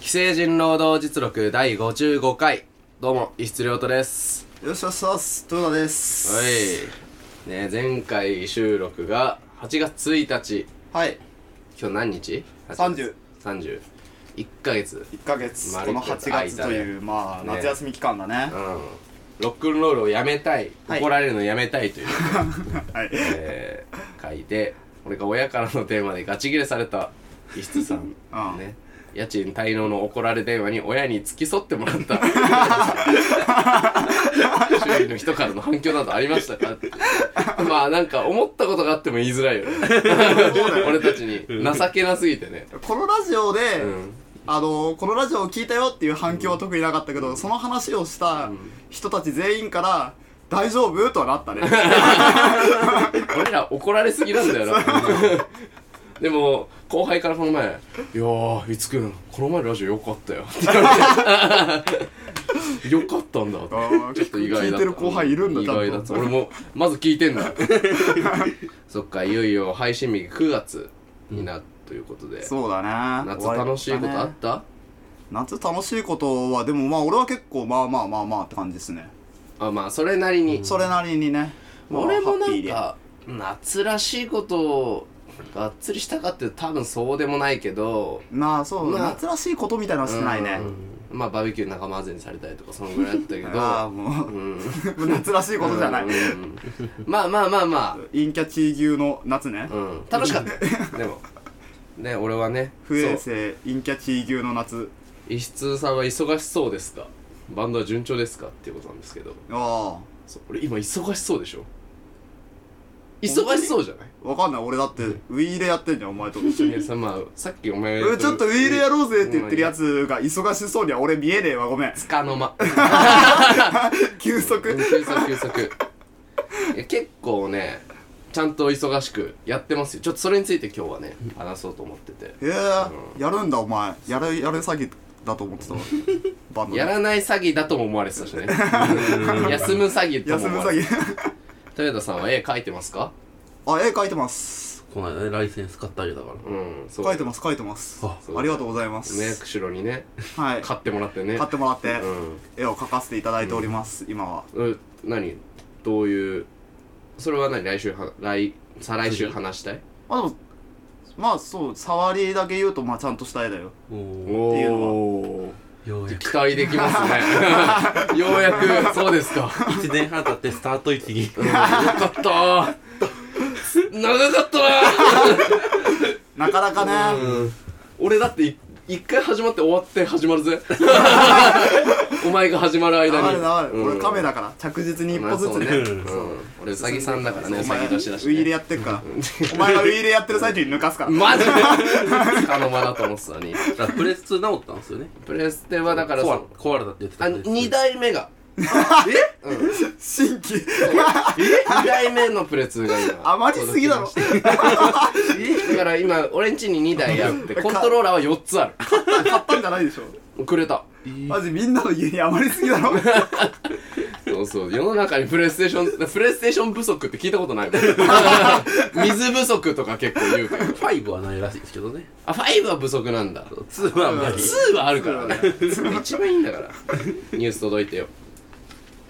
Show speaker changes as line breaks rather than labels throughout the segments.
成人労働実録第55回どうも石津亮太です
よしよしよし、トヨタです。
はいね前回収録が8月1日
はい。
今日何日
30
30 1ヶ月
1ヶ月、
丸
この
一ヶ月
8月という、まあ、
ね
夏休み期間だね
うん。ロックンロールをやめたい、
はい
怒られるのやめたいという、
はい。
えー、回で俺が親からの電話でガチ切れされた石津さん、
うん
ね家賃滞納の怒られ電話に親に付き添ってもら った周囲の人からの反響などありましたかってまあなんか思ったことがあっても言いづらいよね俺たちに情けなすぎてね
このラジオで、
うん
あの、このラジオを聞いたよっていう反響は特になかったけど、その話をした人たち全員から、大丈夫とはなったね。
俺ら怒られすぎなんだよなでも後輩からこの前「いやーいつくんこの前のラジオよかったよ」って言われて「よかったんだ」って
あ ー
ちょっと意外だった
聞いてる後輩いるんだ、
意
ちゃんと
外だった俺もまず聞いてんだそっかいよいよ配信日が9月になるということで、
そうだね。
夏楽しいことあった、
夏楽しいことは、でもまあ、俺は結構、まあまあまあまあって感じですね。
あまあそれなりに、
それなりにね。まあ
俺もな
ハッピ
ん
ーで
か夏らしいことをがっつりしたかっていうと多分そうでもないけど
まあそう、
まあ
夏らしいことみたいなのはしてないね。
うんまあバーベキュー仲間外れにされたりとかそのぐらいだったけど
ああ、もう
う、ん
夏らしいことじゃない。
うんまあまあまあま
陰キャチー牛の夏ね
あ、う。ん、楽しかったでもね俺はね
不衛生陰キャチー牛の夏。
そう石津さんは忙しそうですかバンドは順調ですかっていうことなんですけど
あ
そう俺今忙しそうでしょ忙しそうじゃない
あ、わかんない。俺だって、ウィーレやってんじゃん、お前と 一緒
い
に。
やさまあさっきお前
うんちょっとウィーレやろうぜって言ってるやつが忙しそうには俺見えねえわ、ごめん。
つかの間
休息。
休息休息いや結構ねちゃんと忙しくやってますよちょっとそれについて今日はね話そうと思ってて
へえ、やるんだ、お前。やる、やる詐欺だと 思ってたわ。バンド
や
ね。
らない詐欺だとも思われてたしね休む詐欺とも
休む
思われ
詐
て
欺。
た豊田さんは絵描いてますか
あ、絵描いてます。
この間ねライセンス買ってあげたから
うんそう
描いてます、描いてます。
あ
ありがとうございま
ね
す。
釧路にね
はい。
買ってもらってね
買ってもらって、
うん
絵を描かせていただいております、今は。
え何どういうそれは何来週は来再来週話したい
まあでも、まあそう、触りだけ言うと、まあちゃんとした絵だよ。
おお
お
っていう
お
ようやく
期待でき ますねようやくそうですか
1年半経ってスタート位置に
よかったー長かったな
なかなかね、
俺だってい一回始まって終わって始まる ぜお前が始まる
流
間
れ
に
流れ、
う
俺
ん
カメだから、着実に一歩ずつね。
まあそう
うん
うん俺うさぎさんだからね
そう
う
お
さ
前
ぎ年だし
ウイイレ
ね
やってっから。お前がウイイレやってる最中に抜かすから。
マジで束の間だと思ってたのに
だからプレス2治ったんですよね
プレステはだから
コアラ
そ
コアラだって言って
あ
たんで
2代目が
新規。
2代目のプレスが今
余りすぎだろ。
だから今俺んちに2台あってコントローラーは4つある
買ったんじゃないでしょ。
くれた
マジみんなの家に余りすぎだろ。
そうそう世の中にプレイステーションプレイステーション不足って聞いたことないもん水不足とか結構言うけど
5はないらしいですけどね
あ5は不足なんだ
2はあんまり
2はあるからね一番いいんだからニュース届いてよ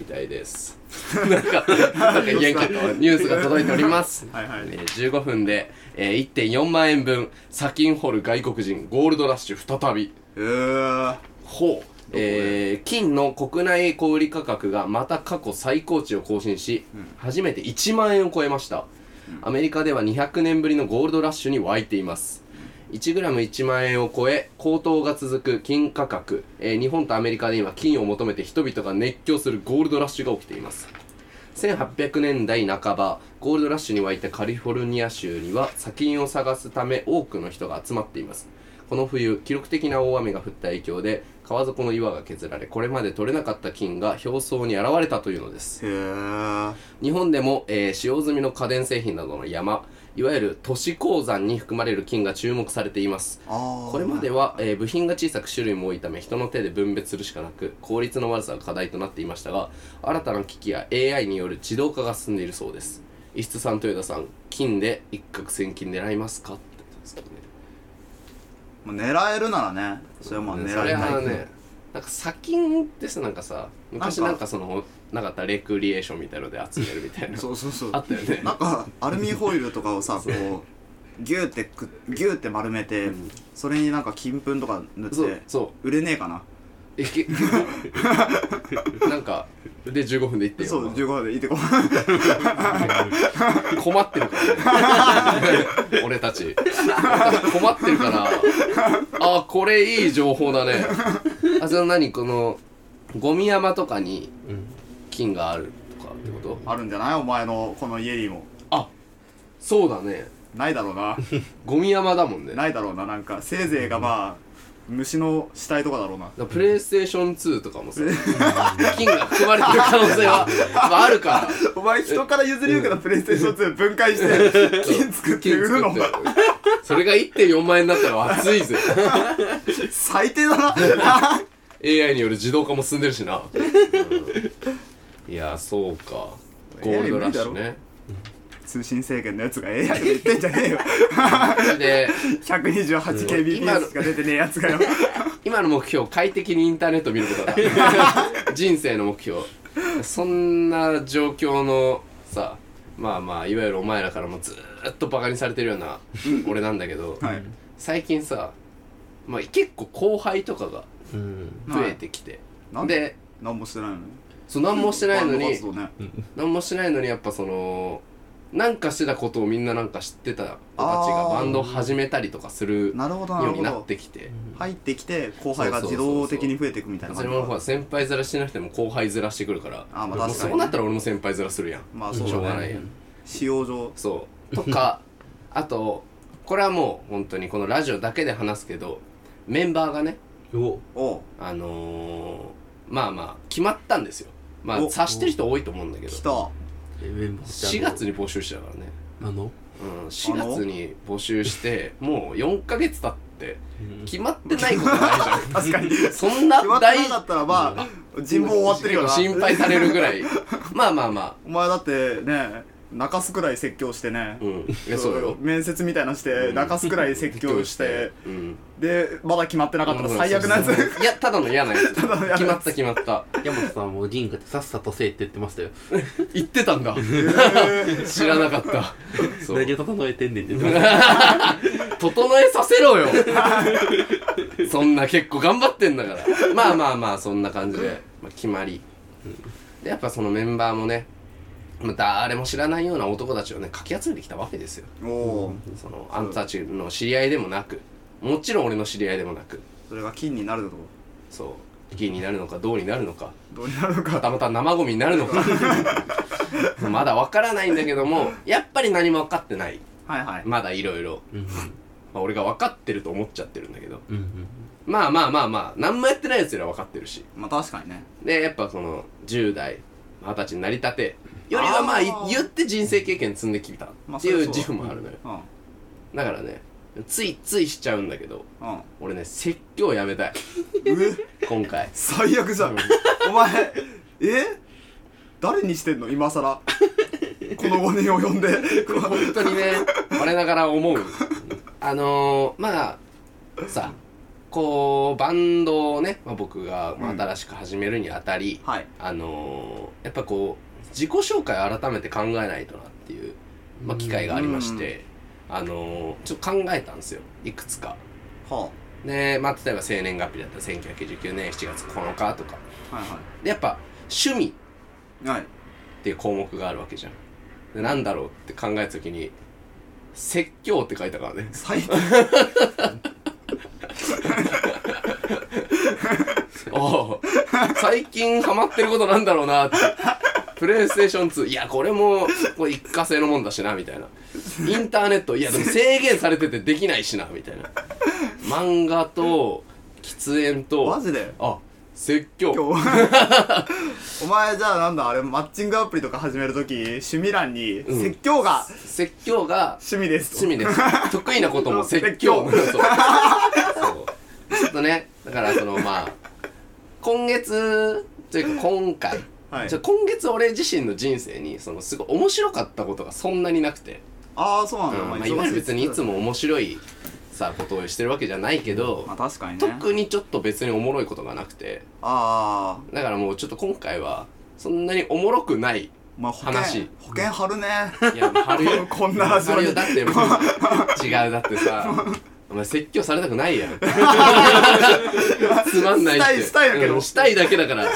みたいですなんかなんか言えんけどニュースが届いております
はいは
え
い。
ー15分で、えー1.4万円分砂金掘る外国人ゴールドラッシュ再び
えー。
ほうえー金の国内小売価格がまた過去最高値を更新し、初めて1万円を超えました、アメリカでは200年ぶりのゴールドラッシュに沸いています 1g1 万円を超え高騰が続く金価格、えー日本とアメリカで今金を求めて人々が熱狂するゴールドラッシュが起きています1800年代半ばゴールドラッシュに沸いたカリフォルニア州には砂金を探すため多くの人が集まっていますこの冬記録的な大雨が降った影響で川底の岩が削られこれまで取れなかった金が表層に現れたというのです
へー。
日本でも、えー使用済みの家電製品などの山いわゆる都市鉱山に含まれる金が注目されています
あー。
これまでは、えー部品が小さく種類も多いため人の手で分別するしかなく効率の悪さが課題となっていましたが新たな機器や AI による自動化が進んでいるそうです石津さん豊田さん金で一攫千金狙いますかってことですけどね
ままあ狙えるならねそれはまあ狙い
そ
た
れはい
けど
ねなんか砂金ってさなんかさ昔なんかそのなかったレクリエーションみたいので集めるみた いな
そうそうそう
あったよね
なんかアルミホイルとかをさこうギューってくギューって丸めて、
うん
それになんか金粉とか塗っ
そう
て
そ
売れねえかな
ういけ なんかで15分で行ってよ
そう
まあ
15分でいいってこ
困ってるからね俺たち困ってるからあこれいい情報だねあその何このゴミ山とかに
うん
金があるとかってこと
あるんじゃないお前のこの家にも
そうだね
ないだろうな
ゴミ山だもんねだか
ないだろうななんかせいぜいがまあ虫の死体とかだろうな
らプレイステーション2とかもさ金が含まれてる可能性はまああるから
お前人から譲り受けたプレイステーション2分解して金作って売るの
金作ってそれが1.4万円だったら熱いぜ
最低だな
AI による自動化も進んでるしな、いやそうかゴールドラッシュね
通信制限のやつが AI とか言ってんじゃ ねえよ
で
128kbps しか出てねえやつがよ
今の目標快適にインターネット見ることだ 人生の目標そんな状況のさまあまあいわゆるお前らからもずーっとバカにされてるような俺なんだけど、
はい
最近さ、まあ、結構後輩とかが
うん
増えてきて、
なんで
で
何もしてないのに
そう何もしてないの
バンド
に、
活動ね
何もしてないのにやっぱそのなんかしてたことをみんななんか知ってた子たちが
あー
バンドを始めたりとかするよ
なるほどなる
うに
ほ
なっ
ど
てきて
入ってきて後輩が
そうそ
自
うそうそう
動的に増えていくみたいな
そ
感
れ
じ
もほら先輩面してなくても後輩面してくるから
あーまあ
もう
確か
そ
に
うなったら俺も先輩面するやん
まあ
し
そ
ょ
う
うが
だ
な
ね
いやん
使用上
そうとか あとこれはもう本当にこのラジオだけで話すけどメンバーがね
お
おう
あのー、まあまあ決まったんですよまあ
お
察してる人多いと思うんだけど
来た
えメンバーって
4
あの
月に募集してたからね
あの
うん、4月に募集してもう4ヶ月経って決まってないことないじゃん
確かに
そんな
決まってな
事
かったらまあ人望終わってるよな
心配されるぐら いまあまあま
お前だってね泣かすくらい説教してね
あうんえそうよ
面接みたいなして泣かすくらい説教して
うん
でまだ決まってなかったら最悪なや
そうそう
つ
そういやただの嫌な やつ
だの嫌なやつ
決まった決まった
山本さんも銀河ってさっさとせえって言ってましたよ
言ってたんだ 知らなかったそう
何を整えてんねんって言ってまし
整えさせろよそんな結構頑張ってんだからまあまあまあそんな感じで、まあ、決まり、でやっぱそのメンバーもね、まあ、誰も知らないような男たちをねかき集めてきたわけですよ
おお
そのあんたたちの知り合いでもなくもちろん俺の知り合いでもなく
それが金になると
そう議員になるのかどうになるのか
どうになる
は
のか
たまた生ゴミになるのか まだわからないんだけどもやっぱり何も分かってない
はいはい
まだいろいろ
たうん
まあ俺が分かってると思っちゃってるんだけど
うんうん
まあまあまあまあ何もやってないやつらは分かってるし
まあ確かにね
でやっぱその10代二十歳になりたてよりはまあ
あ
い
ー
言って人生経験積んできたっていう自負もあるのよ
うん
だからねついついしちゃうんだけど
うん
俺ね説教やめたい
え
今回
最悪じゃんお前え誰にしてんの今さらこの5人を呼んで
本当にね我ながら思うあのー、まあさこうバンドをね、まあ、僕がまあ
うん
新しく始めるにあたり、
はい
あのー、やっぱこう自己紹介を改めて考えないとなっていう、まあ、機会がありまして、あのー、ちょっと考えたんですよいくつか。
は
で、まあ、例えば生年月日だったら1999年7月9日とか
あはい
でやっぱ趣味
はいはい
っていう項目があるわけじゃん。でなんだろうって考えた時に説教って書いたからね
最低
おう最近ハマってることなんだろうなって。プレイステーション2、いや、これも、これ一過性のもんだしな、みたいな。インターネット、いや、でも制限されててできないしな、みたいな。漫画と、喫煙
マ
と、
ジで
あ、説教。
今日お前じゃあなんだあれマッチングアプリとか始めるとき趣味欄に
うん
説教が
説教が
趣味ですと
趣味 です。得意なことも説教。そう。
説
そうちょっとね、だからその、まあ、今月、というか今回、
はい
じゃあ今月俺自身の人生にそのすごい面白かったことがそんなになくて、
ああそうなんだ
うん
お
まあ、
前
いわゆる別にいつも面白いさことをしてるわけじゃないけど
まあ確かにね
特にちょっと別におもろいことがなくて
ああ
だからもうちょっと今回はそんなにおもろくないい
まあ保険
話
保険張 るね
や貼るよ
こん なラジオ
貼る
に
よだってもう違うだってさお前説教されたくない やんつまんないって
したいしたいだけど
うんしたいだけだから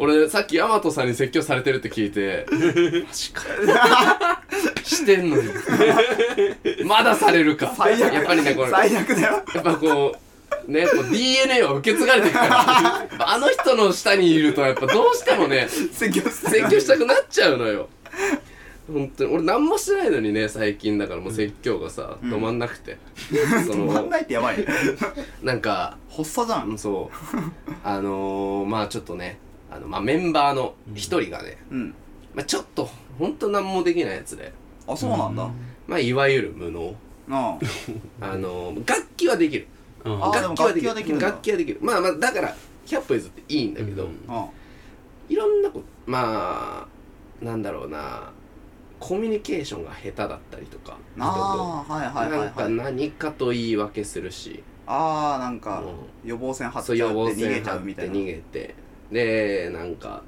俺さっきヤマトさんに説教されてるって聞い てマジかしてんのにまだされるか
最悪
やっぱりねこれ
最悪だよ
やっぱこう、ね、こう DNA は受け継がれていく から、やっぱあの人の下にいると、やっぱどうしてもね、
説教したい
説教したくなっちゃうのよ。本当に、俺何もしてないのにね、最近だからもう説教がさ、
ん
止まんなくて。そ
止ま
の、
んないってやばいね
なんか、
発作じゃん
そう、あのー、まあちょっとね、あの、まあメンバーの一人がね、
うん
まあちょっと、本当何もできないやつで、
あそうなんだ
まあいわゆる無能。
な
あのー、楽器はできる。
うん
あーでも楽器はできるんだ
楽器はできる。まあまあ、だから、100歩譲っていいんだけど、
うん
あ
いろんなことまあなんだろうなコミュニケーションが下手だったりとか
うんああはい
人と
はいはいはい
なんか何かと言い訳するし
ああなんか
う
予防線張っちゃ
そうう
って
予防
逃げ
線
ち
張
ゃ
っ
うみた
て
いな
逃げてでなんか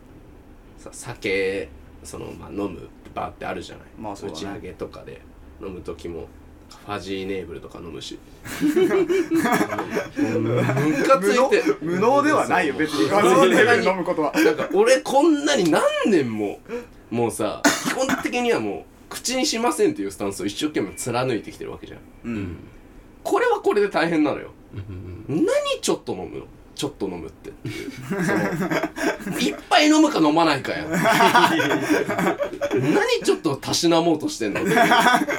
さ酒そのまあ飲むバーってあるじゃない、
まあそう
打
だね
ち上げとかで飲む時もファジーネーブルとか飲 むしもうムカつい
無能
て
無能ではないよ別に
そう
あのレベル飲むことは
なんか俺こんなに何年ももうさ基本的にはもう口にしませんっていうスタンスを一生懸命貫いてきてるわけじゃん
う
うんん
これはこれで大変なのよ
うん
何ちょっと飲むのちょっと飲むってっていうそのいっぱい飲むか飲まないかや 何ちょっとたしなもうとしてんのっていう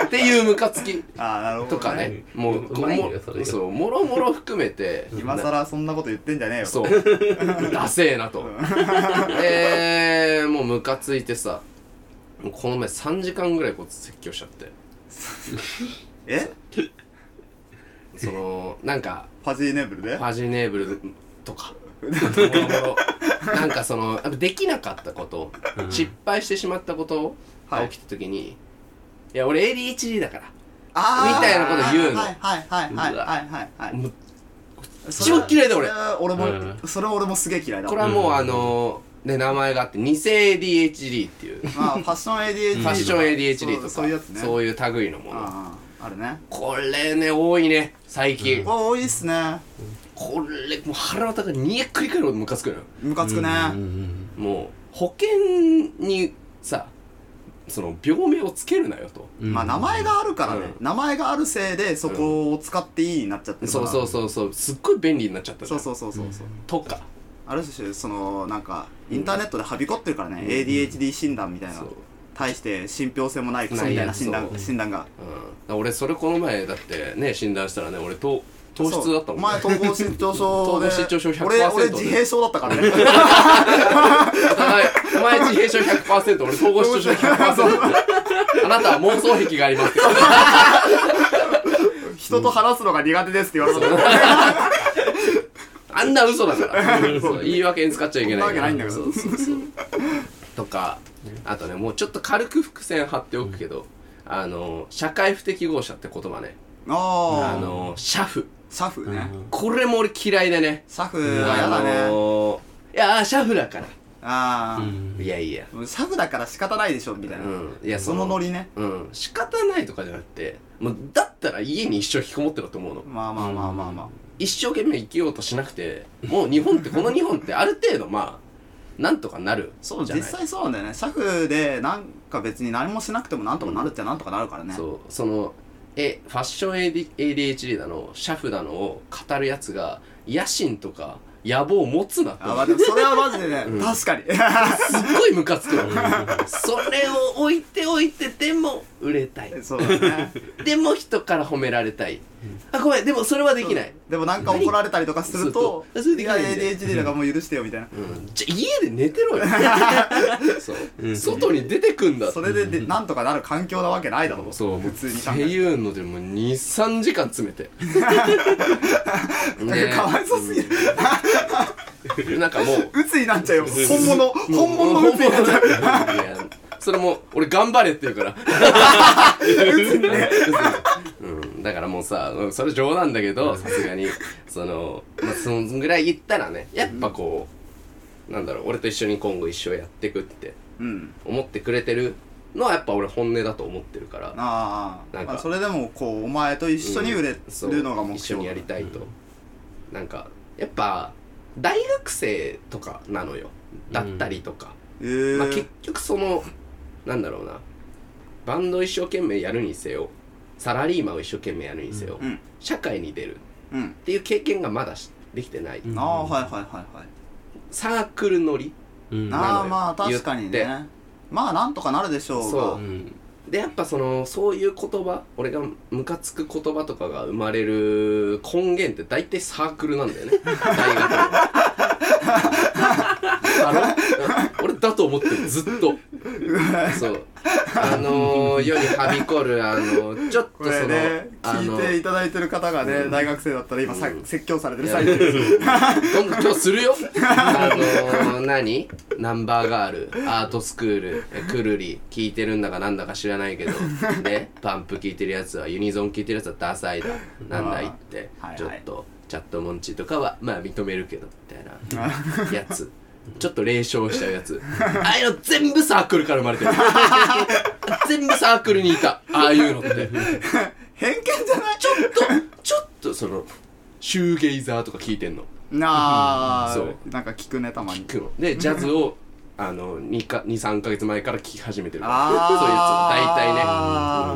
っていうムカつき
ああなるほど
とかねもう
う
こ
まいよ
も
それが
そうもろもろ含めて
今
な
更そんなこと言ってんじゃねえよ
そう ダセえなとえー、もうムカついてさもうこの前3時間ぐらいこう説教しちゃって
え
そのなんか
パジーネーブルで
ファジーネーブルと かもろもろなんかそのやっぱできなかったこと、
うん
失敗してしまったことが起きた時に、い、や俺 ADHD だか
あー
みたいなこと言うの
はいはいはいはいはいはいはい
らもう
それ
一番嫌いだ俺
それは俺も、
うん
それは俺もすげえ嫌いだ
これはもうあのね名前があって偽 ADHD っていうフ
まあファッション ADHD
ァッション ADHD と
そう
か
そういうやつね
そういう類のもの
あああるね
これね多いね最近、
うわ多いっすね
これもう腹の高いにえくり返るほどムカつくのよ
ムカつくね、
うん
もう保険にさその病名をつけるなよと、
うん
まあ名前があるからね、
う
名前があるせいでそこを使っていいになっちゃってるから、
そうそうそうそうすっごい便利になっちゃったじ
そ
ゃ
うんそうそうそうそう
とか
ある種そのなんかインターネットではびこってるからね、ADHD 診断みたいな、
そう、うん、
対して信憑性もないクソみたいな診断
ないやつを
診断が
だから俺それこの前だってね診断したらね俺糖糖質だったもんね
前統合失調症
統
で
合失調症100%
俺俺
で
自閉症だったから
お
ね
互いお前自閉症100%俺統合失調症100%あなたは妄想癖がありますよ
人と話すのが苦手ですって言われたから
あんな嘘だ から。そう言い訳に使っちゃいけないから。
そんなわけないんだから
そうそうそう。とか、あとね、もうちょっと軽く伏線張っておくけど、あの、社会不適合者って言葉ね。あ
ああ
の、シャフ。
シャフ
うん
ね
これも俺嫌いでね。
シャフは嫌だ
あ
ね
のいやー、シャフだから。
ああ
うん
いやいや。
シャフだから仕方ないでしょみた
う。
いなん
いや、
そのノリね
うん。仕方ないとかじゃなくて、もう、だったら家に一生引きこもってろと思うの。
まあまあまあまあま
一生懸命生きようとしなくて、もう日本って、この日本ってある程度まあ、なんとかなる
あ
じ
そう
ゃない。
実際そうなんだよねシャフでなんか別に何もしなくてもなんとかなるってなんとかなるからね
そうそのえファッション AD ADHD だのシャフだのを語るやつが野心とか野望を持つなって
あまあでもそれはマジでね
うん
確かに
すっごいムカつく のそれを置いておいてでも売れたい
そうだね
でも人から褒められたいあごめんでもそれはできない、
でもなんか怒られたりとかすると「
そうそう
いや ADHD だからもう許してよ」みたいな
うん、じゃ家で寝て ろよそう、
うん
外に出てくんだって
それででなんとかなる環境なわけないだろ
そう
普通に考
っ
え
て
て
いうのでもう23時間詰めて ねえ
かわいそうすぎる
なんかもう
鬱になっちゃうよ本物本物の
本
鬱 になっちゃう
いやそれも俺頑張れって言うから
鬱にね
うんだからもうもさ、うんそれ冗談だけ
う
ど
ん
さすがにその、まあ、そのぐらい言ったらねやっぱこう、なんだろう俺と一緒に今後一生やってくって
うん
思ってくれてるのはやっぱ俺本音だと思ってるから
ああ
なんか
まあそれでもこうお前と一緒に売れ
そう
るのが目標
一緒にやりたいと、
うん
なんかやっぱ大学生とかなのよだったりとか、
えー
まあ、結局そのなんだろうなバンド一生懸命やるにせよサラリーマンを一生懸命やるにせよ、
うん
社会に出るっ
うん
ていう経験がまだしできてない、
うん
ああはいはいはいはい
サークル乗り
うん
なの
あ
よ
あまあ確かに
言
ねまあなんとかなるでしょうが
そう
うん
でやっぱそのそういう言葉俺がムカつく言葉とかが生まれる根源って大体サークルなんだよ ね大学のだろ俺だと思ってるずっとそうあのー、世にはびこるあのちょっと
こ
その、
れね
あ
聞
の
いていただいてる方がね大学生だったら今さ
うん
説教されて
い
る
や
最中で す
どんどん今日するよあのー、何ナンバーガールアートスクールえくるり聞いてるんだかなんだか知らないけどねパンプ聞いてるやつはユニゾン聞いてるやつはダサいだなんだいって、
あーはいはい
ちょっとチャットモンチーとかはまあ認めるけどみたいなやつちょっと冷笑しちゃうやつああいうの全部サークルから生まれてる全部サークルにいたああいうのって
偏見じゃない
ちょっとちょっとそのシューゲイザーとか聞いてんの
なあ
そ
なんか聞くねたまに
聞くのでジャズをあの23か月前から聴き始めてるから
あ
そういうやつ
あ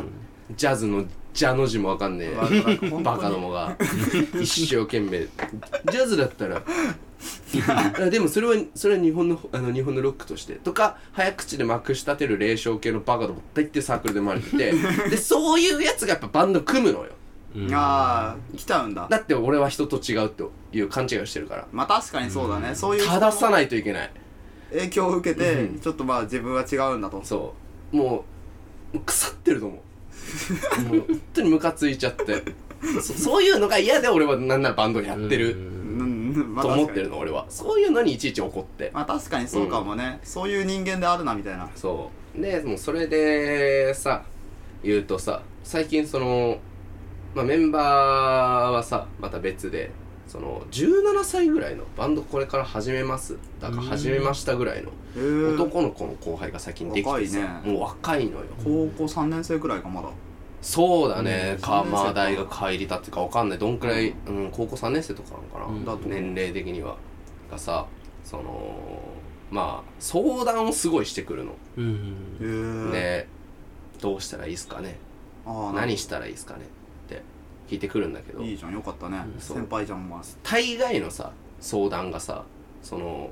大体ねジャズの「ジャ」の字もわかんね
わなんか本当
え
に
バカどもが一生懸命ジャズだった らあでもそれはそれは日本のあの日本のロックとしてとか早口でまくし立てる霊障系のバカども大抵サークルで生まれて てでそういうやつがやっぱバンド組むのよ
うん
ああ来ちゃうんだ
だって俺は人と違うという勘違いをしてるから
まあ確かにそうだねそういう
正さないといけない
影響を受けて
うん
ちょっとまあ自分は違うんだと
そうもうもう腐ってると思うもう本当にムカついちゃってそそういうのが嫌で俺はなんならバンドやって
う
る
うんんまあ
と思ってる
確かに
の俺はそういうのにいちいち怒って
まあ確かにそうかもねそういう人間であるなみたいな
そうでもうそれでさ言うとさ最近その、まあ、メンバーはさまた別でその17歳ぐらいのバンドこれから始めますだから始めましたぐらいの
へー
男の子の後輩が最近できてさ
若いね
もう若いのよ
高校3年生くらいかまだ
そうだね、
うん
か
三年生
まあ
か
大学入りたっていうかわかんないどんくらい、うん高校3年生とかなのかな、
うん
だと
年齢的にはがさそのまあ相談をすごいしてくるの、
うん
へえ
でどうしたらいいっすかね
ああ
何したらいいっすかねって聞いてくるんだけど
いいじゃんよかったね
うん
そう
先輩じゃんまあ
大概のさ相談がさその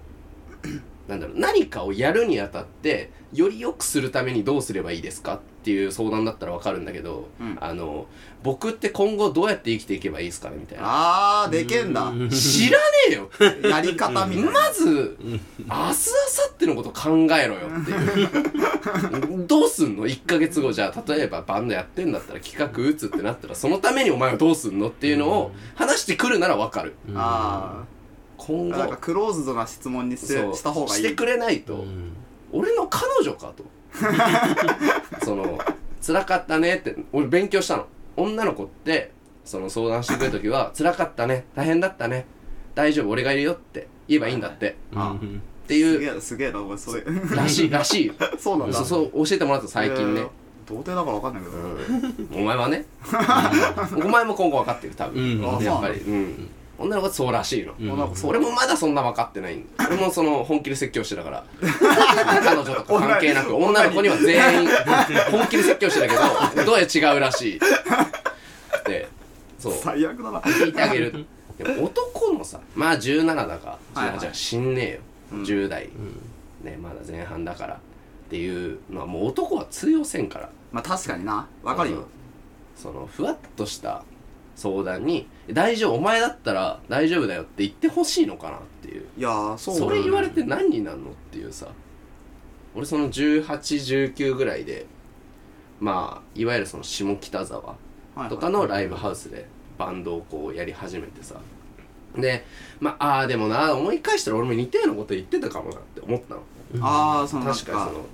なんだろう何かをやるにあたってより良くするためにどうすればいいですかっていう相談だったらわかるんだけど、
うん
あの僕って今後どうやって生きていけばいいですかねみたいな
あーでけんだ
うん
知らねえ よ
やり方みたいな
まず明日明後日のこと考えろよっていう どうすんの1ヶ月後じゃあ例えばバンドやってんだったら企画打つってなったらそのためにお前はどうすんのっていうのを話してくるならわかる
うん
あ
今
あ
後
なんかクローズドな質問にして
そう
した方がいい
してくれないと、
うん
俺の彼女か とその辛かったねって俺勉強したの女の子ってその相談してくる時 は辛かったね大変だったね大丈夫俺がいるよって言えばいいんだって
あ
うん
って
す
い
げ
う
えすげえなお前そういう
らしいらしいよ
そうなんだ
そうそう教えてもらった最近ね、
えー童貞だからわかんないけど、
うん、お前は ねお前も今後分かってる多分、
うん
やっぱり、うん、女の子はそうらしいの、
うん
女の子そう
俺もまだそんな分かってないん 俺もその本気で説教してたから彼女とか関係なく
女に
女の子には全員 本気で説教してたけどどうやら違うらしいでそう
最悪だな
聞いてあげるでも男のさまあ17だか
はいは
17
い
じゃ死んねえ
うん
よ10代
うん
ねまだ前半だからっていうのはもう男は通用せんから
まあ確かになわかる
う
よ
ん、そのふわっとした相談に「大丈夫お前だったら大丈夫だよ」って言ってほしいのかなっていう
いやーそう
そ
だよ
れ言われて何になんのっていうさ俺その1819ぐらいでまあいわゆるその下北沢
はいはい
とかのライブハウスでバンドをこうやり始めてさでまあああーでもな思い返したら俺も似たようなこと言ってたかもなって思ったの
ああそのなんか
確かにその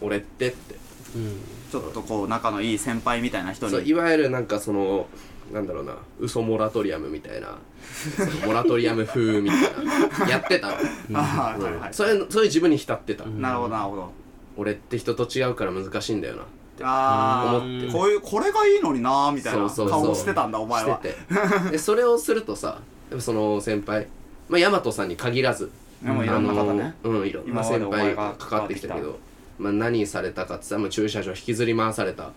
俺ってって
うん
ちょっとこう仲のいい先輩みたいな人
そう
に
いわゆるなんかそのなんだろうな嘘モラトリアムみたいなそのモラトリアム風みたいなやってたの、
ああ
うん
はいはい
それそういう自分に浸ってた、
うん
なるほどなるほど
俺って人と違うから難しいんだよな思
ああ
って
こういうこれがいいのになーみたいな
そうそうそう
顔をしてたんだお前は
しててでそれをするとさでもその先輩まあ大和さんに限らず
でもいろんな方ね
あのうんいろんな
今まで
先
お
輩
前
が
が
関わってきたけどまあ何されたかっつったらもう駐車場引きずり回された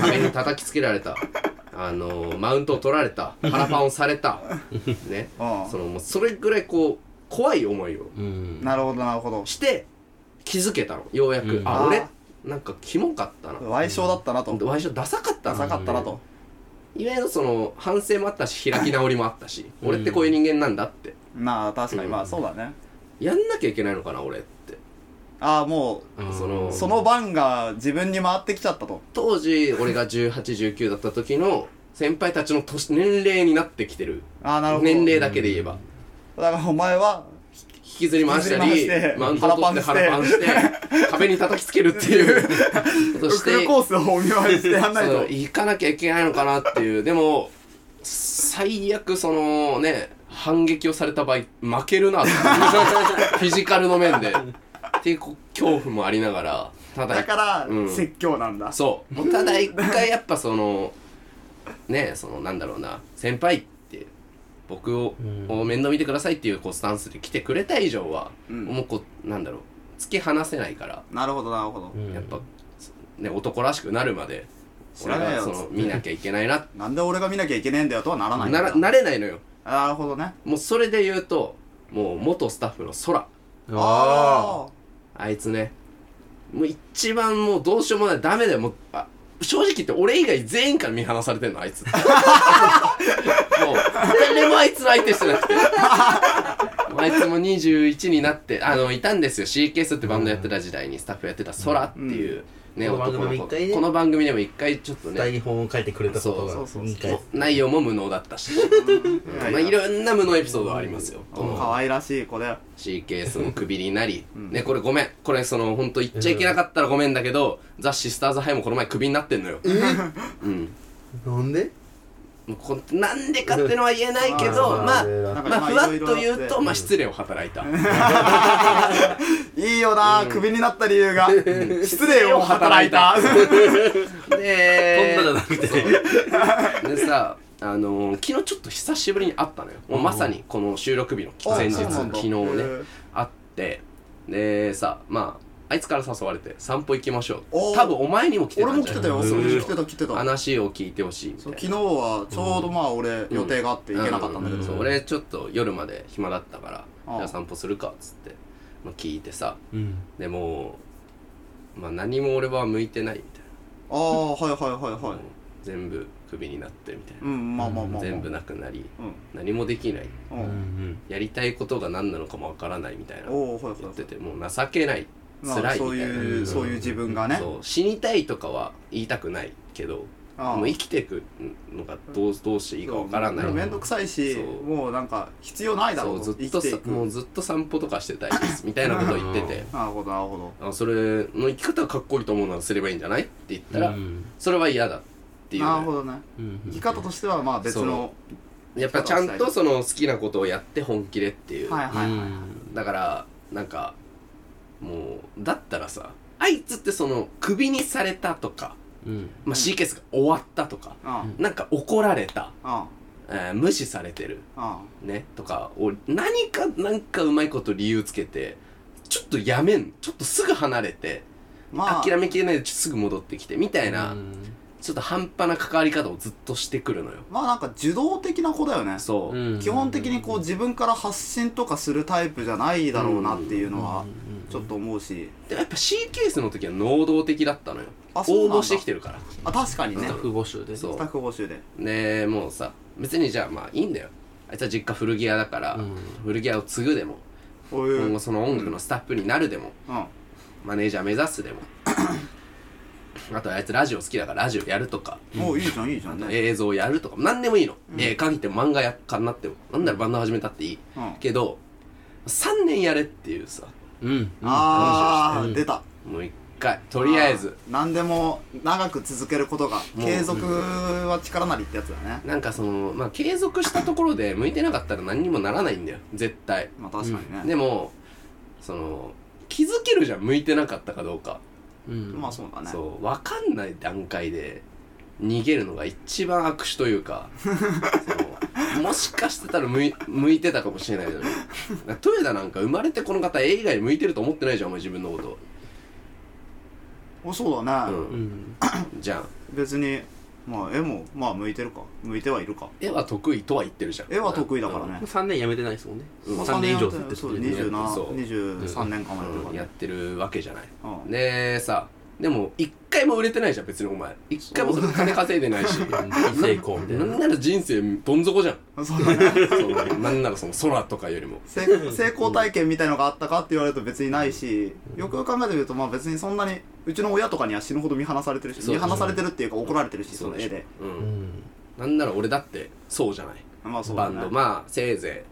壁に叩きつけられた あのマウントを取られた腹パンをされたね
うん
そのもうそれぐらいこう怖い思いを
うん
なるほどなるほど
して気づけたのようやく、
うん
あ俺
あ
なんかキモかったな
賠償だったなと
ワイショダサかった
ダ
な
サかったなと
いわゆるその反省もあったし開き直りもあったし、
うん
俺ってこういう人間なんだって
まあ確かに
うん
まあそうだね
やんなきゃいけないのかな俺って
ああも
うん
その
うその番が自分に回ってきちゃったと
当時俺が1819だった時の先輩たちの年年齢になってきてる
ああなるほど
年齢だけで言えば、
だからお前は
引きずり回した
引き
り
ずり回して
マウントを取って
腹
腹パ
パ
ン
ン
して壁に叩きつけるっていうことし
フ
て
ルコースをお見舞いしてやんない
そう
と
行かなきゃいけないのかなっていうでも最悪そのね反撃をされた場合負け るなっていうフィジカルの面でっていうこう恐怖もありながらただ
だから
うん
説教なんだ
そうもうただ一回やっぱそのねそのなんだろうな先輩って僕を,、
うん
面倒見てくださいっていうこうスタンスで来てくれた以上は、
うん
もうこうなんだろう突き放せないから
なるほどなるほど
うん
やっぱ、ね、男らしくなるまで
知
俺
らねえ
が
よ
その見なきゃいけないなって
なんで俺が見なきゃいけねえんだよとはならないん
な
だ
らなれないのよ
なるほどね
もうそれで言うともう元スタッフの空
あ
あいつねもう一番もうどうしようもないダメだよもうあ正直言って俺以外全員から見放されてんのあいつ もう誰もあいつの相手してなくてもうあいつも21になってあのいたんですよ CKS ってバンドやってた時代にスタッフやってた空っていう、ね、
この番
男
組
の子
も一回ね
この番組でも一回ちょっと
ー
ね
台本を書いてくれたこと
そ
が
うそうそう
二回
内容も無能だったし、 まあ、いろんな無能エピソードはありますよこの
可愛らしい子だよ
CKS のクビになり、ね、これごめん、これその、ほんと言っちゃいけなかったらごめんだけど、ザ・シスターズ・ハイもこの前クビになってんのよ。うん。
なんで
もうこんなんでかってのは言えないけど、
うん
まあ、
うん
まあ、ふわっと言うと、まあ、
い
失礼を働いた。
いよなクビになった理由が失礼を働 いた
で
そんなじゃなくて
でさ、あのー昨日ちょっと久しぶりに会ったのよ。もうまさにこの収録日の前日、
あそうなん
昨
だ
日ね
へー、
会って、でさ、まあ、あいつから誘われて散歩行きましょう。
おー
多分お前にも来て
俺
たん
も
じゃ
来
ない
てたよ
うん
それ来てた来てた
話を聞いてほしいみたい
そう
な
昨日はちょうどまあ俺予定があって行けなかったんだけ
う
ど
そう俺ちょっと夜まで暇だったから
ああ
じゃあ散歩するかっつって、まあ、聞いてさ
うん
でもう、まあ、何も俺は向いてないみたい
ああはいはい
な、
はいはい
もう全部クビになってみたいな
う、んまあまあまあまあ
全部なくなり
う
何もできない
んう
うんん
やりたいことが何なのかもわからないみたいな
おおはいはい
言
は
って
い
てもう情けない
ま
辛
あ
いみ
そう
たいな、
いうそういう自分がね
そう死にたいとかは言いたくないけど
ああ
もう生きていくのがどうどうしていいかわからない
そうめんどくさいし
そう
もうなんか必要ないだろ
そううず
と
っと
生き
さ
ていく
もうずっと散歩とかしてたいですみたいなことを言ってて
なるほどなるほど
あそれの生き方がかっこいいと思うならすればいいんじゃないって言ったら、
うん
それは嫌だっていうね、
なるほどね
うん
生き方としてはまあ別の
やっぱちゃんとその好きなことをやって本気でっていう、
はいはいはい
だからなんかもうだったらさあいつってそのクビにされたとか、
うん
まあ、シーケースが終わったとか、
うんうん
なんか怒られた、
うん
えー無視されてる
うん
ねとかを何かなんかうまいこと理由つけてちょっとやめんちょっとすぐ離れて
まあ
諦めきれないですぐ戻ってきてみたいな、
うん
ちょっと半端な関わり方をずっとしてくるのよ
まあなんか受動的な子だよね
そう、
うん
基本的にこう自分から発信とかするタイプじゃないだろうなっていうのはちょっと思うし
でもやっぱ C ケースの時は能動的だったのよ
あそうなんだ
応募してきてるから
あ確かにね
スタッフ募集で
そう
スタッフ募集で
ねもうさ別にじゃあまあいいんだよあいつは実家古着屋だから、
うん
古着屋を継ぐでも
おい
今
うん
後その音楽のスタッフになるでも、マネージャー目指すで もあとはあいつラジオ好きだからラジオやるとか
もういいじゃんいいじゃんね
映像やるとか何でもいいの、ええ限っても漫画やかになってもなんならバンド始めたっていい、
うん
けど3年やれっていうさ
うん
あ
う
あ
ん
出た
もう回とりあえず
あー何でも長く続けることが
もう
継続は力なりってやつだね、
なんかそのまあ継続したところで向いてなかったら何にもならないんだよ絶対
まあ確かにね、
でもその気づけるじゃん向いてなかったかどうか、
うん
まあそうだね
そう分かんない段階で逃げるのが一番悪手というかそのもしかしてたら向い向いてたかもしれないのにだから豊田なんか生まれてこの方絵以外に向いてると思ってないじゃんお前自分のこ
おそうだ
と、
ね、
うん
ん
じゃん
別にまあ絵もまあ向いてるか向いてはいるか
絵は得意とは言ってるじゃん
絵は得意だからね、
3年やめてないですもんね
うん
3年以上ずっと
そう
やってる
ねそう
23年間もやってる
うんやって
からね
るわけじゃない
うん
でさでも一回も売れてないじゃん別にお前一回もその金稼いでないし
うん成功みたい
な
なん
なら人生どん底じゃん
そう だね
そのなんならその空とかよりも
成成功体験みたいのがあったかって言われると別にないしよくよく考えてみるとまあ別にそんなにうちの親とかには死ぬほど見放されてるし
そう
見放されてるっていうか怒られてるしその
し
絵
ょ
で
う
うんん
なんなら俺だってそうじゃない
まあそう
バ
だ
ンド
ね
まあせいぜ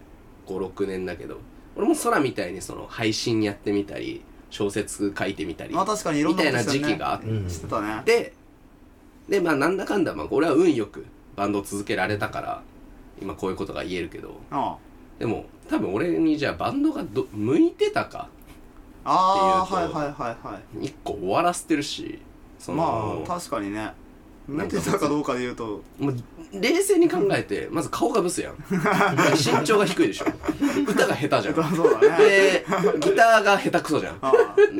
い56年だけど俺も空みたいにその配信やってみたり小説書いてみたり
まあ確かにいろんなこと
みたいな時期があっ
してたねしてたね
ででまあなんだかんだまあ俺は運よくバンドを続けられたから今こういうことが言えるけど
あ
でも多分俺にじゃあバンドがど向いてたか
あ
って
ーはい
いうと
はいはいはい
一個終わらせてるしそ
ま
の
あ確かにね
な
向
ん
い
か
てたかどうかで言うと
もう冷静に考えてまず顔がブスやん 身長が低いでしょ歌が下手じゃん
そ うだね
でギターが下手くそじゃ
あ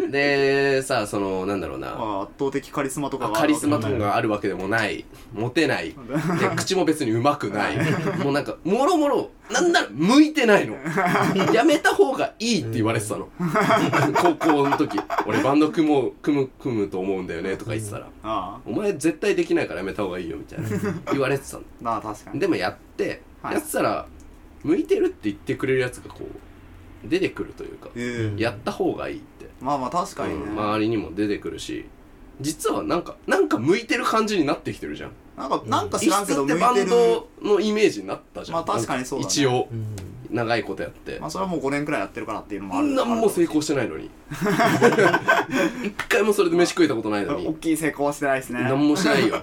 んでさあそのなんだろう
あ
な
まあ圧倒的カリスマとかがあ
カ
る
リ
わけ
ス
だ
マとかがあるわけでもないモテないで口も別にうまくないもうなんかもろもろなんなら向いてないのやめた方がいいって言われてたの高校の時俺バンド組もう組む組むと思うんだよねとか言ってたら
あ
お前絶対できないからやめた方がいいよみたい な言われてたの
あまあ確かに
でもやって、
はい
やってたら向いてるって言ってくれるやつがこう出てくるというか、
ええ
やった方がいいって、
まあまあ確かにね
うん周りにも出てくるし実はなんかなんか向いてる感じになってきてるじゃん
なんかなんか知
一
らんけ
室
ど
っ
向
て
い
バ
て
ン
る
ドのイメージになったじゃん、
まあ確かにそうだね
一応
うん
長いことやって、
まあそれはもう5年くらいやってるからっていうのもある
なんも成功してないの に一回もそれで飯食えたことないの
大
に
きい成功はしてないですね
何もしないよ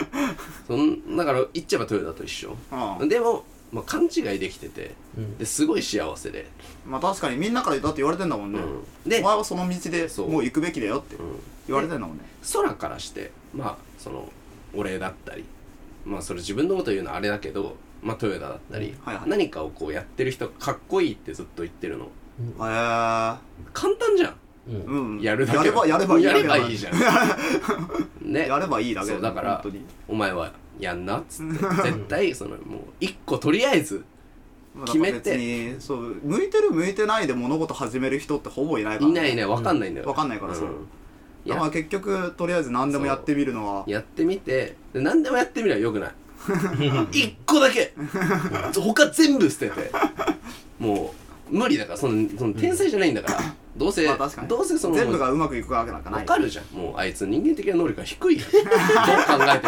そんだから言っちゃえばトヨタと一緒
うん
でも、まあ、勘違いできてて
うん
ですごい幸せで、
まあ確かにみんなからだって言われてんだもんね
うん、
お前
で、
はその道で
そう
もう行くべきだよって
うん
言われてんだもんね
空からしてまあそのお礼だったりまあそれ自分のこと言うのはあれだけどまあトヨタだったり、
はいはい
何かをこうやってる人かっこいいってずっと言ってるの
へえ
簡単じゃん
うん
うん
やるだけ
やればやれば
やればいいじゃん ね
やればいいだけ
そうだから
本当に
お前はやんなっ つって絶対そのもう一個とりあえず
まあ
決めて
だから別にそう向いてる向いてないで物事始める人ってほぼいないから
い
ね
ないいないわかんないんだよ、
わかんないからそう
いや
まあ結局とりあえず何でもやってみるのは
やってみてで何でもやってみればよくない 一個だけ他全部捨ててもう無理だからそのその天才じゃないんだから、どうせ、
まあ確かに
どうせその
全部がうまくいくわけなんかな
わ
い
かるじゃんもうあいつ人間的な能力が低 いよどう考えて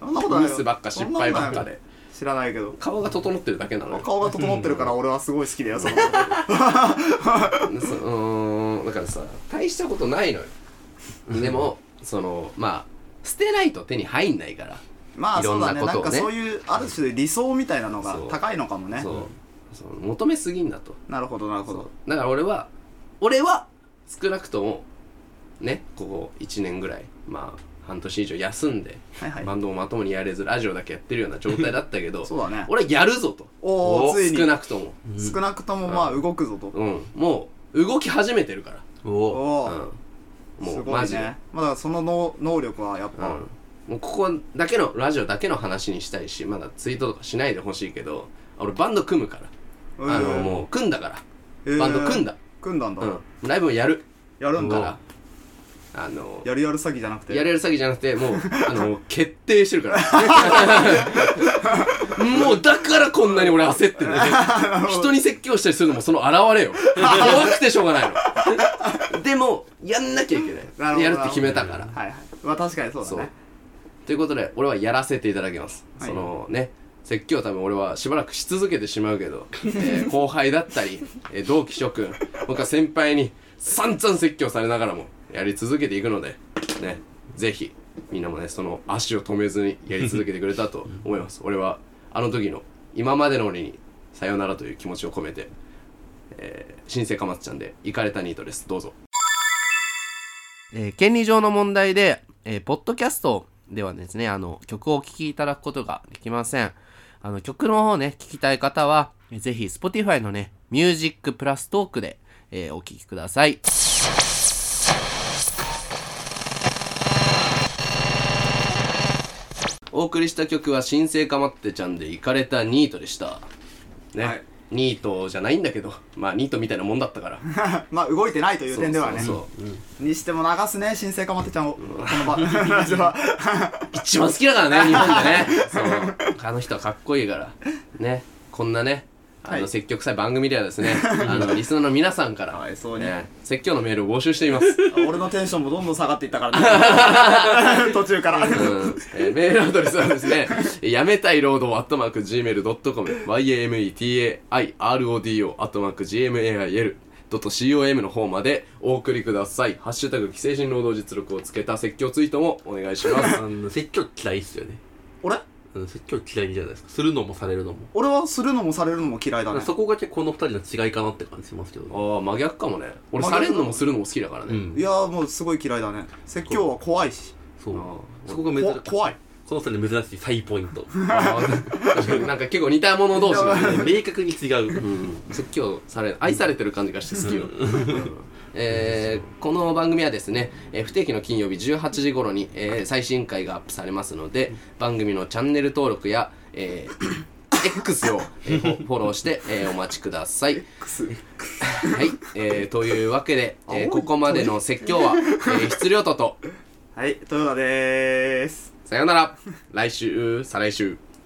そんなこと
も
ない
ミ
よ
スばっか失敗ばっ
そ
か
んなことないよ
で
知らないけど
顔が整ってるだけなのよ
顔が整ってるから俺はすごい好きだよ その
そうんだからさ大したことないのよでもそのまあ捨てないと手に入んないから
まあ
いろ
そ
ん
う
な
だね
こ
な
と
ん
をね
かそういうある種理想みたいなのが
そう
高いのかもね
そうその求めすぎんだと
なるほどなるほ
そう
ど
だから俺は俺は少なくともねここ1年ぐらいまあ半年以上休んで、
はいはい
バンドもまともにやれずラジオだけやってるような状態だったけど
そうだね
俺はやるぞと
おーついに
少なくとも
少なくともまあ動くぞと
うんもう動き始めてるから
お
お
おー
うんも
す
う
ご
マ
い
ジで、
ねまあだからその能能力はやっ
うん
ぱ
もうここだけのラジオだけの話にしたいしまだツイートとかしないでほしいけど俺バンド組むから、
うん
あのもう組んだから、
へー
バンド組んだ、
組んだんだ
うんライブもやる
やるん
か
だ
らあの
やるやる詐欺じゃなくて
やれる詐欺じゃなくて もうあの決定してるから もうだからこんなに俺焦ってる 人に説教したりするのもその表れよ怖くてしょうがない のでもやんなきゃいけ
な
な
る
い
ほ
や
ど
るって決めたから
はいはいまあ確かにそうだ
そう
ね
ということで俺はやらせていただきます、
はい
そのね説教多分俺はしばらくし続けてしまうけ ど、えー後輩だったり、えー同期諸君僕は先輩に散々説教されながらもやり続けていくのでですねぜひみんなもねその足を止めずにやり続けてくれたと思います俺はあの時の今までの俺にさよならという気持ちを込めて、えー、新生かまつちゃんで「イカれたニート」ですどうぞえー権利上の問題で、えーポッドキャストではですね、あの、曲をお聴きいただくことができません。あの、曲の方ね、聴きたい方は、えーぜひ、Spotify のね、ミュージックプラストークで、えーお聴きください。お送りした曲は、新生かまってちゃんで、イカれたニートでした。ね。
はい
ニートじゃないんだけど、まあ、ニートみたいなもんだった から。
まあ動いてないという点ではね
そうそうそう
にしても流すね新生かまってちゃんをこの場 ラジオ は
一番好きだから ね日本でねそうあの人はかっこいいからねこんなねあ
は
の
い
積極さい番組では ですねあのリスナーの皆さんから、
はいそうね
ね説教のメールを募集しています、
俺のテンションもどんどん下がっていったから ね途中から
うんえーメールアドレスはですねやめたい労働アットマーク Gmail.com yametairodo アットマーク gmail.com の方までお送りくださいハッシュタグ既成人労働実力をつけた説教ツイートもお願いし ます
あの説教嫌いっすよね
俺
うん説教嫌いじゃないですかするのもされるのも
俺はするのもされるのも嫌いだね
そこが結構この二人の違いかなって感じしますけどね
ああ真逆かもね俺
真
さ
逆
れるのもするのも好きだからね、
うん
いやーもうすごい嫌いだね説教は怖いし
そう
あー
そこが珍
こ
しい
怖い
この二人珍しいサイポイント
あー確かになんか結構似たもの同 士なんで、
明確に違う
説教され愛されてる感じがして好きよ、えーこの番組はですね、えー不定期の金曜日18時頃に、えー最新回がアップされますので番組のチャンネル登録や、えー X を、えーフォフォローして、えーお待ちください。はい、えーというわけで、えーここまでの説教は、えー、質量とと
はい豊田でーす
さようなら来週再来週